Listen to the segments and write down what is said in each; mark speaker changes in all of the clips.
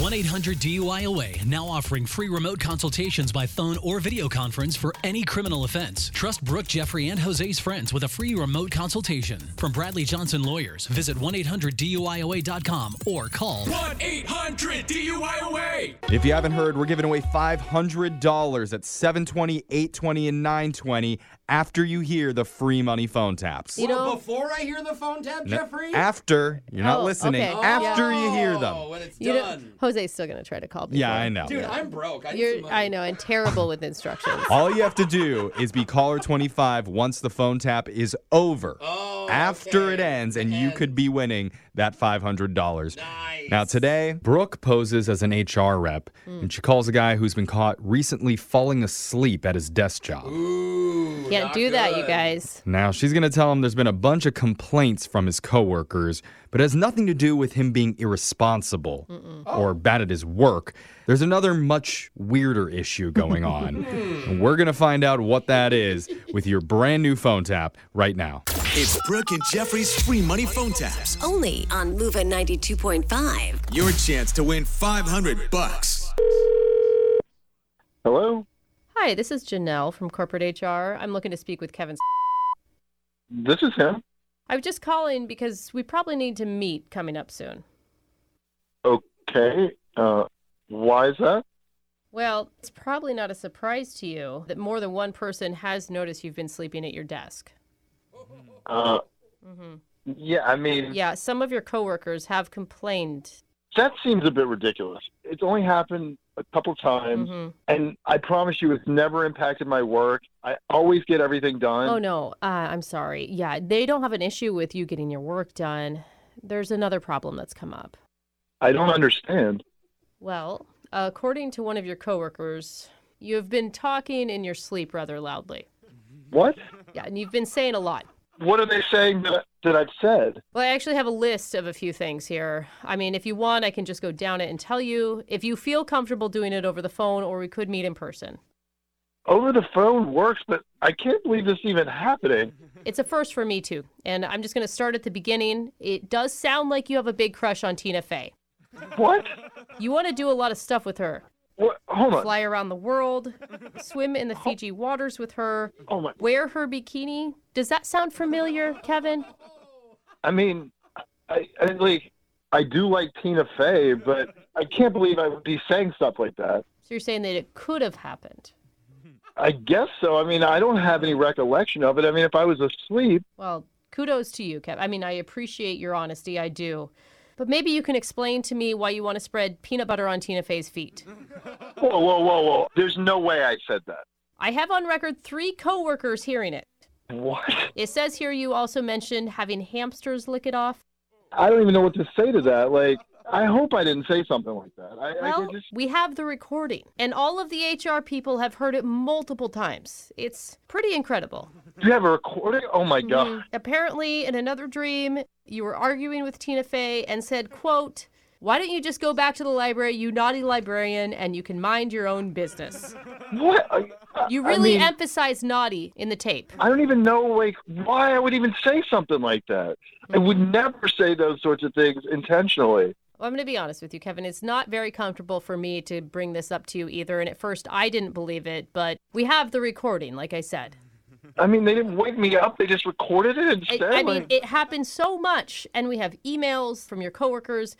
Speaker 1: 1 800 DUIOA now offering free remote consultations by phone or video conference for any criminal offense. Trust Brooke, Jeffrey, and Jose's friends with a free remote consultation. From Bradley Johnson Lawyers, visit 1 800 DUIOA.com or call
Speaker 2: 1 800 DUIOA.
Speaker 3: If you haven't heard, we're giving away $500 at 720, 820, and 920 after you hear the free money phone taps.
Speaker 4: You know,
Speaker 5: Before I hear the phone tap,
Speaker 3: No,
Speaker 5: Jeffrey?
Speaker 3: After, you're not
Speaker 4: Oh,
Speaker 3: listening,
Speaker 4: okay. Oh,
Speaker 3: after you hear
Speaker 5: Oh,
Speaker 3: them.
Speaker 5: when it's
Speaker 4: you know,
Speaker 5: done.
Speaker 4: Jose's still gonna try to call. Before.
Speaker 3: Yeah, I know.
Speaker 5: Dude, I'm broke. I, need some
Speaker 4: You're,
Speaker 5: money.
Speaker 4: I know, and terrible with instructions.
Speaker 3: All you have to do is be caller 25 once the phone tap is over.
Speaker 5: Oh,
Speaker 3: after
Speaker 5: okay.
Speaker 3: it ends, and you
Speaker 5: And-
Speaker 3: could be winning that $500.
Speaker 5: Nice. Hmm.
Speaker 3: Now, today, Brooke poses as an HR rep, and she calls a guy who's been caught recently falling asleep at his desk job.
Speaker 5: Ooh,
Speaker 4: Can't
Speaker 5: not
Speaker 4: do that, you
Speaker 5: good.
Speaker 4: guys.
Speaker 3: Now, she's going to tell him there's been a bunch of complaints from his coworkers, but it has nothing to do with him being irresponsible or bad at his work. There's another much weirder issue going on. and we're going to find out what that is with your brand new phone tap right now.
Speaker 2: It's Brooke and Jeffrey's free money phone taps.
Speaker 6: Only on Move at 92.5.
Speaker 2: Your chance to win 500 bucks.
Speaker 7: Hello?
Speaker 4: Hi, this is Janelle from corporate HR. I'm looking to speak with Kevin.
Speaker 7: This is him.
Speaker 4: I'm just calling because we probably need to meet coming up soon.
Speaker 7: Okay. Uh, why is that?
Speaker 4: Well, it's probably not a surprise to you that more than one person has noticed you've been sleeping at your desk.
Speaker 7: Uh,
Speaker 4: hmm
Speaker 7: yeah, I mean,
Speaker 4: Yeah, some of your coworkers have complained.
Speaker 7: that seems a bit ridiculous. It's only happened a couple times,
Speaker 4: Mhm.
Speaker 7: and I promise you it's never impacted my work. I always get everything done.
Speaker 4: Oh, no, uh, I'm sorry. Yeah, they don't have an issue with you getting your work done. There's another problem that's come up.
Speaker 7: I don't understand.
Speaker 4: Well, according to one of your coworkers, you have been talking in your sleep rather loudly.
Speaker 7: What?
Speaker 4: Yeah, and you've been saying a lot.
Speaker 7: What are they saying that, that I've said?
Speaker 4: Well, I actually have a list of a few things here. I mean, if you want, I can just go down it and tell you. If you feel comfortable doing it over the phone, or we could meet in person.
Speaker 7: Over the phone works, but I can't believe this is even happening.
Speaker 4: It's a first for me, too. And I'm just going to start at the beginning. It does sound like you have a big crush on Tina Fey.
Speaker 7: What?
Speaker 4: You want to do a lot of stuff with her
Speaker 7: What? Hold on.
Speaker 4: fly around the world, swim in the Fiji waters with her,
Speaker 7: Oh my!
Speaker 4: wear her bikini. Does that sound familiar, Kevin?
Speaker 7: I mean, I, I like, I do like Tina Fey, but I can't believe I would be saying stuff like that.
Speaker 4: So you're saying that it could have happened.
Speaker 7: I guess so. I mean, I don't have any recollection of it. I mean, if I was asleep,
Speaker 4: Well, kudos to you, Kev. I mean, I appreciate your honesty. I do. But maybe you can explain to me why you want to spread peanut butter on Tina Fey's feet.
Speaker 7: whoa, whoa, whoa, whoa. There's no way I said that.
Speaker 4: I have on record three coworkers hearing it.
Speaker 7: What?
Speaker 4: It says here you also mentioned having hamsters lick it off.
Speaker 7: I don't even know what to say to that. Like, I hope I didn't say something like that. I, I
Speaker 4: Well,
Speaker 7: could just.
Speaker 4: we have the recording, and all of the HR people have heard it multiple times. It's pretty incredible.
Speaker 7: Do you have a recording? Oh my god.
Speaker 4: Apparently, in another dream, you were arguing with Tina Fey and said, quote, why don't you just go back to the library, you naughty librarian, and you can mind your own business?
Speaker 7: What? I, I-
Speaker 4: mm-hmm. You
Speaker 7: I
Speaker 4: really
Speaker 7: mean,
Speaker 4: emphasize naughty in the tape.
Speaker 7: I don't even know like why I would even say something like that. I would
Speaker 4: Mm-hmm.
Speaker 7: never say those sorts of things intentionally.
Speaker 4: Well, I'm going to be honest with you, Kevin. It's not very comfortable for me to bring this up to you either. And at first, I didn't believe it, but we have the recording, like I said.
Speaker 7: I mean, they didn't wake me up. They just recorded it
Speaker 4: I,
Speaker 7: instead.
Speaker 4: I mean,
Speaker 7: like,
Speaker 4: it happened so much, and we have emails from your coworkers.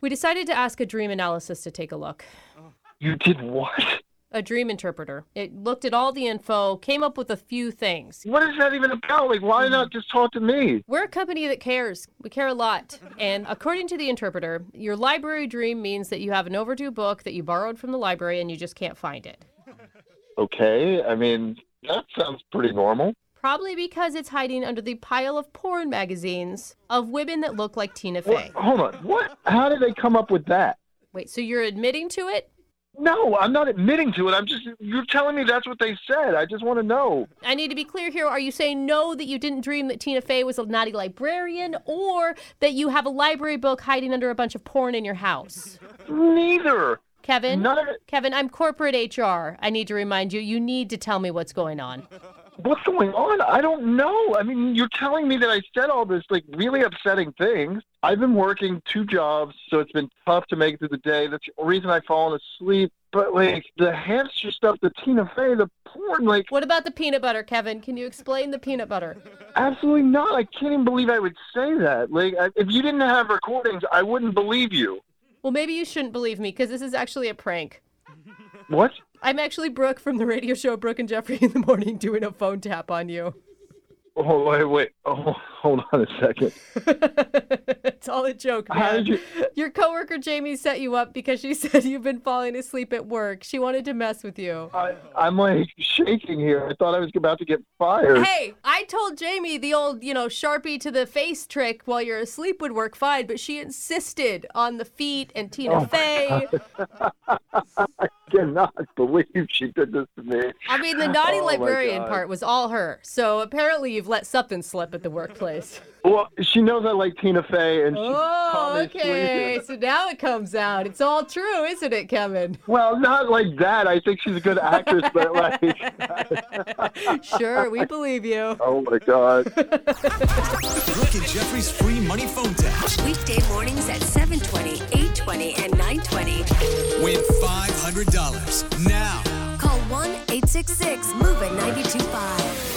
Speaker 4: We decided to ask a dream analysis to take a look.
Speaker 7: you did what?
Speaker 4: a dream interpreter. It looked at all the info, came up with a few things.
Speaker 7: What is that even about? Like, why not just talk to me?
Speaker 4: We're a company that cares. We care a lot. And according to the interpreter, your library dream means that you have an overdue book that you borrowed from the library and you just can't find it.
Speaker 7: Okay, I mean, that sounds pretty normal.
Speaker 4: Probably because it's hiding under the pile of porn magazines of women that look like Tina
Speaker 7: What,
Speaker 4: Fey.
Speaker 7: hold on, what? How did they come up with that?
Speaker 4: Wait, so you're admitting to it?
Speaker 7: No, I'm not admitting to it. I'm just, you're telling me that's what they said. I just want to know.
Speaker 4: I need to be clear here. Are you saying no that you didn't dream that Tina Fey was a naughty librarian or that you have a library book hiding under a bunch of porn in your house?
Speaker 7: Neither.
Speaker 4: Kevin?
Speaker 7: None of it.
Speaker 4: Kevin, I'm corporate HR. I need to remind you, you need to tell me what's going on.
Speaker 7: what's going on? I don't know. I mean, you're telling me that I said all this like really upsetting things. I've been working two jobs, so it's been tough to make it through the day. That's the reason I've fallen asleep. But like the hamster stuff, the Tina Fey, the porn, like
Speaker 4: What about the peanut butter, Kevin? Can you explain the peanut butter?
Speaker 7: absolutely not. I can't even believe I would say that. Like I, if you didn't have recordings, I wouldn't believe you.
Speaker 4: Well, maybe you shouldn't believe me because this is actually a prank.
Speaker 7: What?
Speaker 4: I'm actually Brooke from the radio show Brooke and Jeffrey in the Morning doing a phone tap on you.
Speaker 7: Oh wait, wait. Oh, hold on a second.
Speaker 4: it's all a joke, man.
Speaker 7: How did you?
Speaker 4: Your coworker Jamie set you up because she said you've been falling asleep at work. She wanted to mess with you.
Speaker 7: I, I'm like shaking here. I thought I was about to get fired.
Speaker 4: Hey, I told Jamie the old, you know, Sharpie to the face trick while you're asleep would work fine, but she insisted on the feet and
Speaker 7: Oh
Speaker 4: Tina Fey.
Speaker 7: cannot believe she did this to me.
Speaker 4: I mean, the naughty
Speaker 7: Oh, my
Speaker 4: librarian
Speaker 7: God.
Speaker 4: part was all her. So apparently you've let something slip at the workplace.
Speaker 7: Well, she knows I like Tina Fey, and she called
Speaker 4: Oh,
Speaker 7: me
Speaker 4: okay.
Speaker 7: sleazy.
Speaker 4: So now it comes out. It's all true, isn't it, Kevin?
Speaker 7: Well, not like that. I think she's a good actress, but like,
Speaker 4: Sure, we believe you.
Speaker 7: oh my god.
Speaker 2: Brooke and Jeffrey's free money phone taps.
Speaker 6: Weekday mornings at 720, 820, and 920.
Speaker 2: Win $500 now.
Speaker 6: Call 1 866 MOVE 925.